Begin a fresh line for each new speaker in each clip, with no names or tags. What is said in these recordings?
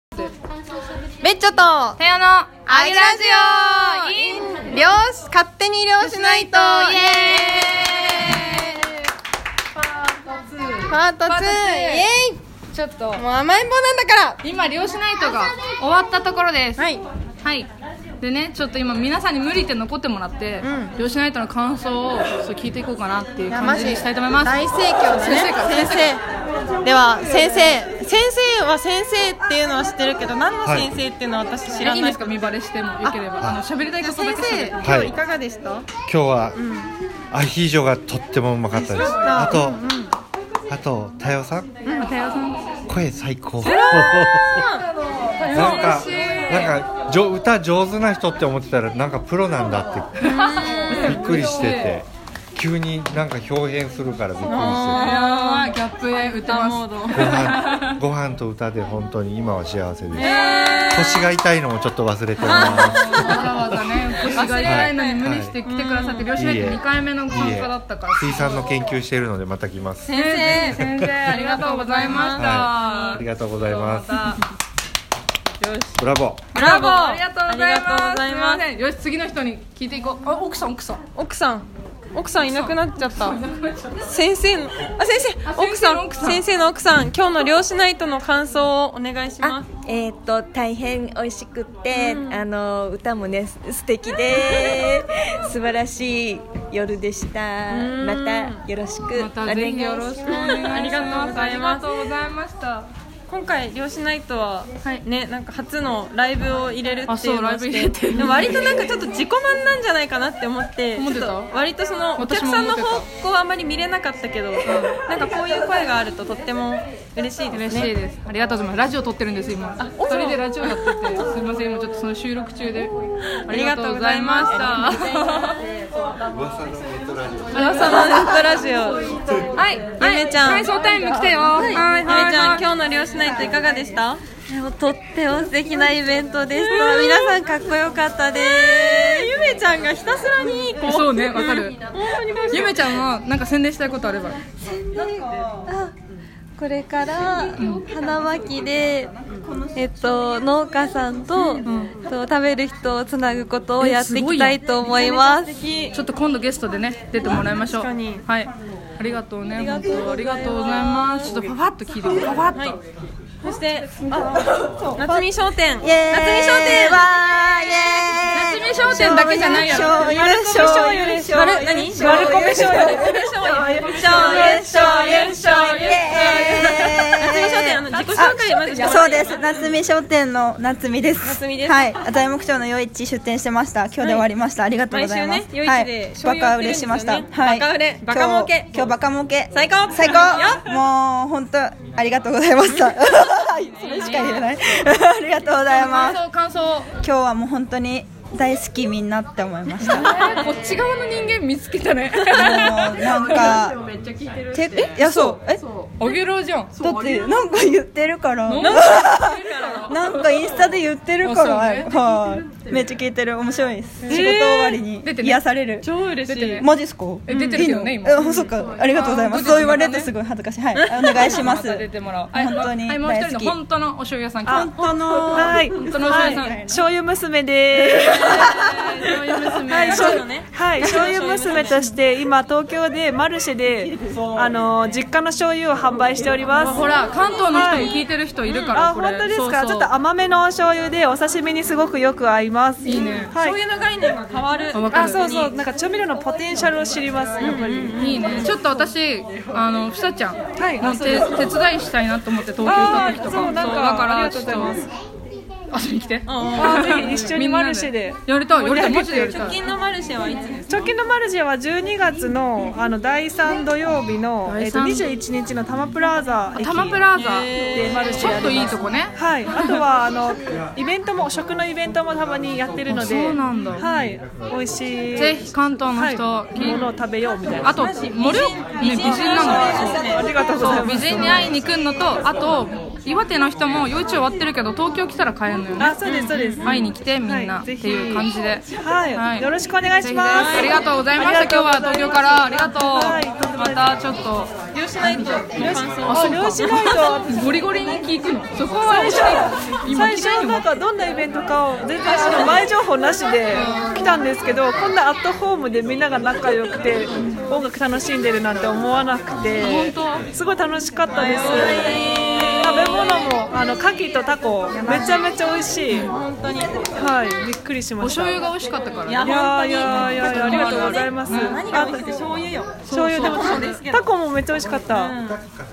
ってベッチョと
さよのあ
ア
げ
ゲ
ラ
ラ
ジ
ジ
オ
オ
イン
漁師勝手に漁しないとイ
イ
エーイパート2
パートツー
イエ
ちょっと
ーイもう甘えん坊なんだから
今漁師ナイトが終わったところです
はい
はいでねちょっと今皆さんに無理って残ってもらって、
うん
漁師ナイトの感想をそう聞いていこうかなっていう感
マ
じ
ジ
にしたいと思います
大盛況だね
先生から
先生では先生先生は先生っていうのは知ってるけど何の先生っていうのは私知ら
いいん
ない
ですか見バレしてもよければあの喋りたい
じゃ
こ
あ
とだ
先
け
生今
喋る
は
日
い
いかがでした
今日は、アヒージョがとってもうまかったですあと、あと太陽さん
うん太陽さん
声最高なんかなんかじょ歌上手な人って思ってたらなんかプロなんだってびっくりしてて急になんか表現するからびっくりして
やばいギャップで歌モード
てご飯ご飯と歌で本当に今は幸せです
え
腰が痛いのもちょっと忘れており ます
ー、わざわざね腰が痛いのに無理して来てくださって漁師ナイト2回目の参加だったから
水産の研究しているのでまた来ます
先生先生ありがとうございました、
はいありがとうございます
また
ブラボー
ブラボー
ありがとうございます
ありがとうございます
すいませんよし次の人に聞いていこうあ奥さん奥さん
奥さん奥さんいなくなっちゃった先生のあ先生奥さん
先生の奥さん
先生の奥さん今日の漁師ナイトの感想をお願いしま
あ
す
えーっと大変美味しくって、あの歌もねす素敵 で素晴らしい夜でした
ん
またよろしく
ま
お
た
願
ぜ
い
ひ
し
よ
ま
ろし
す
くお願いします
ありがとうございます
ありがとうございました
今回漁師ナイトは、
はい
ねなんか初のライブを入れるっていうの
あそうライ
を
ブ
し
入れて
て
る
でも割となんかちょっと自己満なんじゃないかなって思って
思ってた
ちょっと割とそのお客
私も
さ
思っ
ん
て
の
た
方向はあまり見れなかったけど、なんかこういう声があるととっても嬉しいですね
嬉しいです、ありがとうございますラジオ撮ってるんです今一人でラジオやっててすいません今ちょっとその収録中で ありがとうございました
噂のネットラ ジオ
噂 のネットラジオ
はい
ゆめちゃん
はいそうタイム来てよはいはい
ゆめちゃん
はい
今日の漁師ナイトいかがでした
とっても素敵なイベントでした皆さんかっこよかったです、
ゆめちゃんがひたすらにこう
そうねわかる
本当に
ゆめちゃんはなんか宣伝したいことあれば
あこれから花巻で、えっと、農家さんと,、と食べる人をつなぐことをやっていきたいと思います
ちょっと今度ゲストでね出てもらいましょう。
確かに
はい。ありがとうね。本当ありがとうございます。ちょっとパパッと聞いて、パパッと。
そしてあ夏見商店夏見商
イエーイ
店
わーイ
夏目商店だけじゃないやろ。
ゆるしょうゆるしょう
丸何丸米醤油夏目商店あの自己紹介まずしてもら
そ
っ
う
ていい
です夏美商店の夏美です
夏美です
はい材木町の夜市出店してました今日で終わりました、ありがとうご
毎
ざ
週
いま
ね
す、
夜市で醤
バ
油
カ
売ってるん
売
で
れ
す
し
よね
ました、はい
バカ売れバカ儲け
今日今日バカ儲け
最高
最高もう本当ありがとうございましたそれしか言えないありがとうございま
感
す
想感想。
今日はもう本当に大好きみんなって思いま したもう
こっち側の人間見つけた ね。
なんかめっちゃ聞いてるえいやそうえ
おぎろうじゃん。
だってなんか言ってるから なんかインスタで言ってるから、
あそうね
はい、めっちゃ聞いてる面白いです、仕事終わりに
出てね
癒される、
超嬉しい
マジっすか
え出てるけどね
いいの
今
えそっかありがとうございます
あ
そう言われてすごい恥ずかしいはいお願いしま
ます た出てもらおう。はい
本当に
はいもう一人の
大好き
本当のお醤油屋さん。本
当の
はい、
当のお醤油屋さん。
醤油娘で
醤油娘。
はいそうよね
す。はい、醤油娘として今東京でマルシェであの実家の醤油を販売しております。
ほら関東の人も聞いてる人いるから。
あ、
こ
本
れ
当です
そう
か。
そう
ちょっと甘めのお醤油でお刺身にすごくよく合います。
いいね
はい。
醤油の概念が変わる
わか
あ、
る。
そうそう。なんか調味料のポテンシャルを知ります。やっぱり。
いいね。ちょっと私あのふさちゃん
い
の手手伝いしたいなと思って東京行った時とか、
あーそうなんか
だから
ありがとうございます
ちょっと遊びに来て。
あ、ぜひ一緒にマルシェで。
やりたい。やりたい。マジでやりた
直
い。
近のマルシェはいつです
直近のマルシェは12月のあの第3土曜日の、え
第
っと
三
21日の多摩プラザ駅
タマプラザ
でマルシ
ち
ェ
ょ
や
っと
ります
いいとこね。
はい、あとはあのイベントも食のイベントもたまにやってるので、
あそうなんだ
はい、美味しい
ぜひ関東の人、
はい、ものを食べようみたいな。
あと盛岡ね美人なの。
ありがとうござい
そう
ま
美
す。
人に会いに来るのとあと岩手の人も夜市終わってるけど東京来たら買えるのよね
あ、そうですそうです。
会いに来てみんな、
はい
って
ぜひ
いう感じで
はい、
はい
よろしくお願いします。
ありがとうございました今日は東京からありがとう、
はいとんでも
ま
ないで
た
す
ちょっと
漁師ナイトの感想
あ、漁師ナイト。
ゴリゴリに聞くのそこは
最初最初なんかどんなイベントかを全然その前情報なしで来たんですけどこんなアットホームでみんなが仲良くて音楽楽しんでるなんて思わなくてすごい楽しかったです食べ物もあの牡蠣とタコめちゃめちゃ美味しい
本当に
はいびっくりし
お
ました
醤
い
油が美味しかったから
いや
ね
やいやいやいやありがとうございます
何が美味しいって醤油よ
醤油でもタコもめっちゃ美味しかった、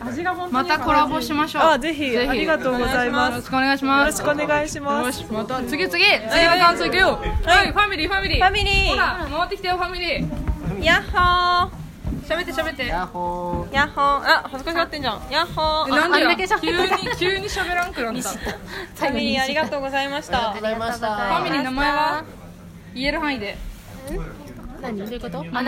味が本当
またコラボしましょう
あぜひありがとうござい
よ
ます
ろ
よ
しくお願いしま
ろ
す
しくお願いします
よしまた次次次の感想いくよはいファミリーファミリー
ファミリー
ほら回ってきてよファミリー
ヤッホ
喋って喋って
ーヤッホーあ恥ずかしがってんじゃんヤッホー
なんで
あ
や急に急に喋らんくなったフ
ファミリーありがとうございました
ァミリー名前は言える範囲で
お名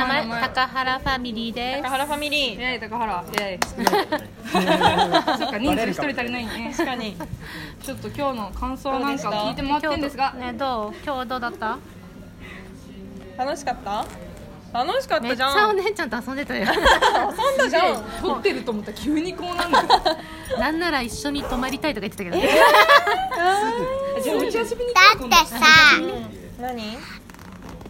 前高原ファミリーで
高原ファミリー
えい高原えい
す。
そっか人数一人足りないね
確かに
ちょっと今日の感想なんか聞いてもらってんですが
ねどう今日どうだった？
楽しかった楽しかっ
め
た
っ
じ
ちゃ
ゃ
お
ん
姉ちゃんと遊ん でたよ。
遊んだじゃん
撮ってると思ったら急にこうなんだ
なんなら一緒に泊まりたいとか言ってたけど。
じゃあうち遊びに
だってさ
何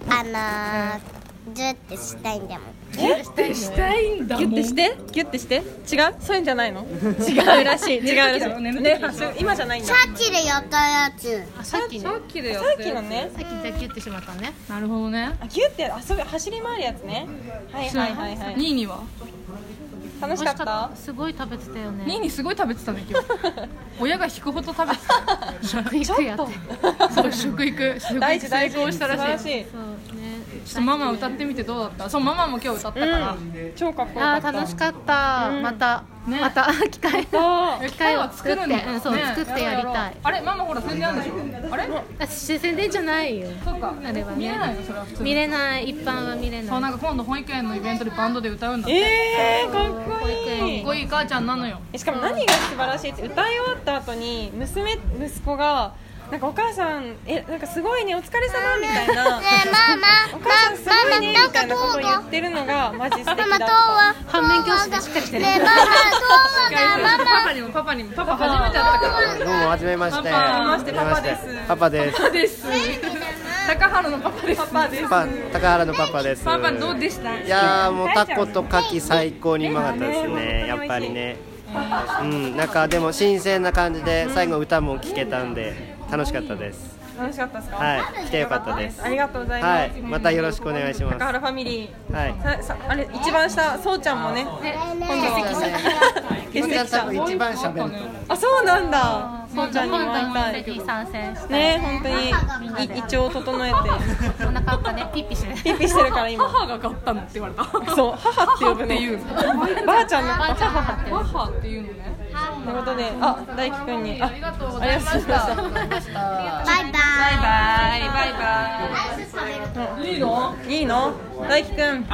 あのー、ずってしたいんだもん
したいんだもん
してギュッてして違うそういうんじゃないの違うらしい違うらしいねそう今じゃないんだ
さっきでやったやつ
あさっきね。
さ
さ
っきでや
さ
っ
ったきの
や
ね
っきじゃあキュってしまったね。
つ なるほどね
あギュッて遊び走り回るやつねはいはいはいは
ニ
い
ーニは
楽しかった
すごい食べてたよ
ニー
ね。
ニすごい食べてたね今日親が引くほど食べて
食育やって。
たそう食育食
大
育
事大
成
事
功したらしい
素晴らしい
そうね。
ちょっとママ歌ってみてどうだったそうママも今日歌ったから、
超かっこよか
あ
った
ー楽しかった。また
ね
また機 会。
え
機
機械
会を
は
作
作
っ
る
て
んだ、
うんそう
ね
作ってやり
ろう
た
ろ
い
う。あれママほら全然あるでしょあれ
あ視線でじゃないよ。
そうか
あれはね
見えないのそれは普通
見れない一般は見れ
そう
な。
ないんか今度保育園のイベントでバンドで歌うんだって
えー、かっこい
かっこいい母ちゃんなのよ
いしかも何が素晴らしいって歌い終わった後に娘息子がなんかお母さんえなんかすごいねお疲れ様みたいな
ねえママ
お
マ
母さんすごいね
ママ
みたいなことを言ってるのがマジ素敵だ
ママ
った
どうは
反面教師がしっかりしてる
ね。えママどうはママ
パパにもパパにもパパ初めて会ったから
どうもはじめまして。
パ
パパです
パパです。
パです高原のパパですパパです
パ高原のパパです。
パパどうでした
いやーもうタコとカキ最高にうまかったですね。やっぱりね。うんなんかでも新鮮な感じで最後歌も聴けたんで楽しかったです。
楽しかったですか、
はい来てよかったです
あ。りがとうございます、
はいまたよろしくお願いします。
高
は
原ファミリーさ
い。
さあれ一番下そうちゃんもね欠席者
多分一番喋ると思う。
あそうなんだそうちゃんにも会いた
本当
い
に参戦して。
ね本当にい胃腸を整えて
お腹がねピッピしてる。
ピッピしてるから今
母が買ったのって言われた
そう母って呼ぶねばあちゃんの
ばあちゃんがってる。
母っていうのね
ということであ大輝くんにあ
ありがとうございました
バイバ
バイバイバ
いいの
イいいの大輝くん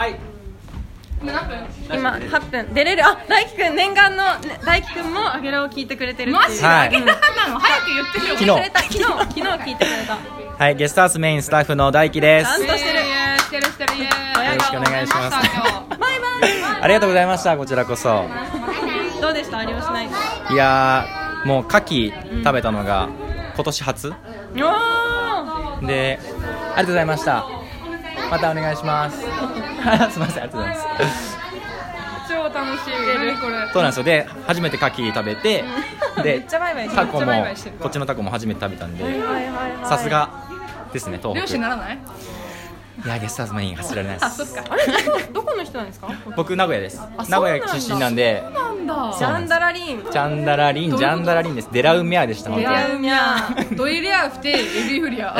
何分
今8分出れるあ大輝くん念願のね大輝くんもあげろを聞いてくれてるっていう
マジで
はい
あげたなの早く言ってよ
昨日
くれた昨日昨日聞いてくれた
はい、ゲストハウスメインスタッフの大輝で
ちゃん
す。
としてる
してるしてるイエーイ
よろしくお願いします
ありがとうございました今
バ
日
イバイ
ありがとうございました、こちらこそ。
どうでした有吉ナイト
いやー、もう牡蠣食べたのが今年初
お
で、ありがとうございました。またお願いします。す みません、ありがとうございます。
超楽しい何これ
そうなんですよ。で、初めて牡蠣食べて、
め
で
っ、ちゃバイバイして
タ
る
コ
めっちゃバイ
も
バイしてる、
こっちのタコも初めて食べたんで、さすがですね、東
漁
北。
師
い
ならない
や、ゲストハウスメイン走られないで
そっ
す。
か
あれどこどこの人なんですか
僕、名古屋です。名古屋出身なんで、
なんだ
ジャンダラリーン
ジャンダラリン、ジャンダラリンです。デラウメアでした、本
い
当に。
やうみゃドイリアフテエビ フリア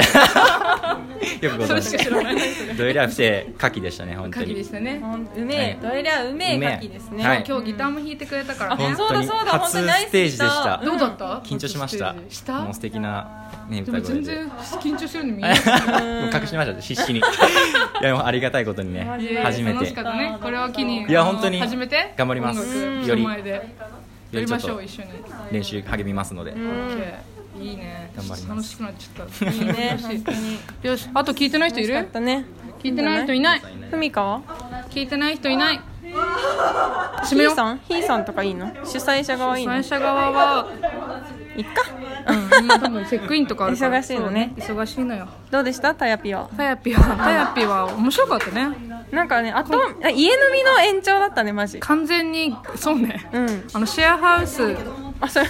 よくご
それ
存
し
知
か知らない
ドイラフてカキでしたね本当
鍵で
に
したね
うめえ、どれりゃうめえ牡蠣ですね、
はい
今日ギターも弾いてくれたから
本
ね
当に
そうだそうだ
初ステージでした
本
どうだった
緊張しました
した
もう素敵なね
で
歌
も
声
全
で
然緊張してるの見えない
もう隠してましたね必死にいやもうありがたいことにね
いやいや
初め
楽してかったねこれを機に
いや本当に
初めて
頑張ります
音楽
より
人前でやりましょう
より
一
ち
緒
っ
に
と練習励みますので、
うんいいね
頑張ります
楽しくなっちゃったいいね楽しいよしあと聞いてない人いる聞いてない人いない
ふみかは
聞いてない人いない
ひーさんひーさんとかいいの主催者側いいの
主催者側はうん今多分チェックインとかあるから
忙しいのね
そう忙しいのよ
どうでしたタヤピは
タヤピはタヤピは面白かったね
なんかねあとあ家飲みの延長だったねマジ
完全にそうね
うん
あのシェアハウスあそれ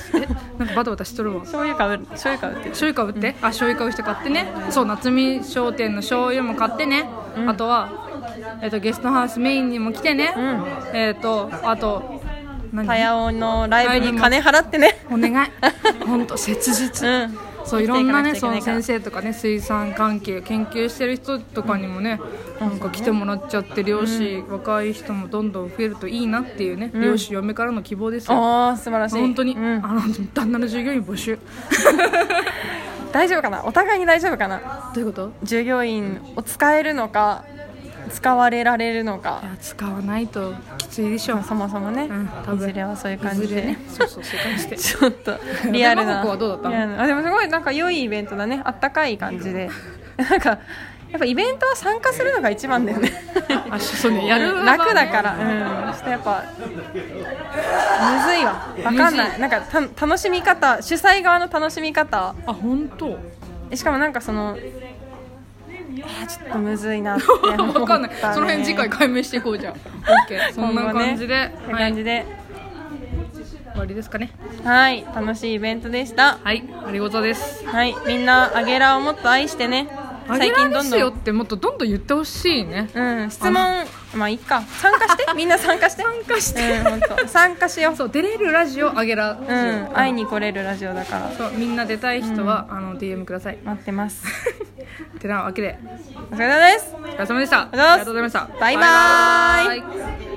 なんかバタバタしとるわ
醤油かぶ醤油かぶって
醤油かぶって、あ醤油かぶして買ってねそう夏見商店の醤油も買ってね、あとは、えっとゲストハウスメインにも来てね、えっ、とあと何
タヤオのライブに金払ってね
お願 い本当切実、そういろんなねその先生とかね水産関係研究してる人とかにもね、なんか来てもらっちゃって漁師、若い人もどんどん増えるといいなっていうね、
うん
漁師嫁からの希望ですよ
ああ素晴らしい
本当に、あの旦那の従業員募集
大丈夫かなお互いに大丈夫かな
どういうこと
従業員を使えるのか使われられるのか
使わないときついでし
ょそもそもね、いずれはそういう感じで、
そうそうそういう感じで
ちょっ とリアルな
山子はどうだったの
リアルなあでもすごいなんか良いイベントだねあったかい感じで なんかやっぱイベントは参加するのが一番だよね
あそうね やる側はね
楽だからうんちょっとやっぱむずいわわかん
むず
ないなんかた楽しみ方主催側の楽しみ方
あ本当
しかもなんかそのいやちょっとむずいなって
わかんない、
思ったね
その辺次回解明していこうじゃんオッケー そんな感じで、
今後ねこんな感じで
終わりですかね
はい楽しいイベントでした
はいありがとうです
はいみんなアゲラをもっと愛してね
アゲラですよっ
ん
てもっとどんどん言ってほしいね
うん質問まあいいか参加 してみんな参加して
参加して、
うん本当参加しよう
そう出れるラジオアゲラ
う
うん
会いに来れるラジオだから
そうみんな出たい人は、あの DM ください
待ってます
てなわけで
お疲れ様です
お疲れ様でしたあり
が
が
と
と
う
う
ご
ご
ざ
ざ
い
い
ま
ま
し
したた
バイバイ
イ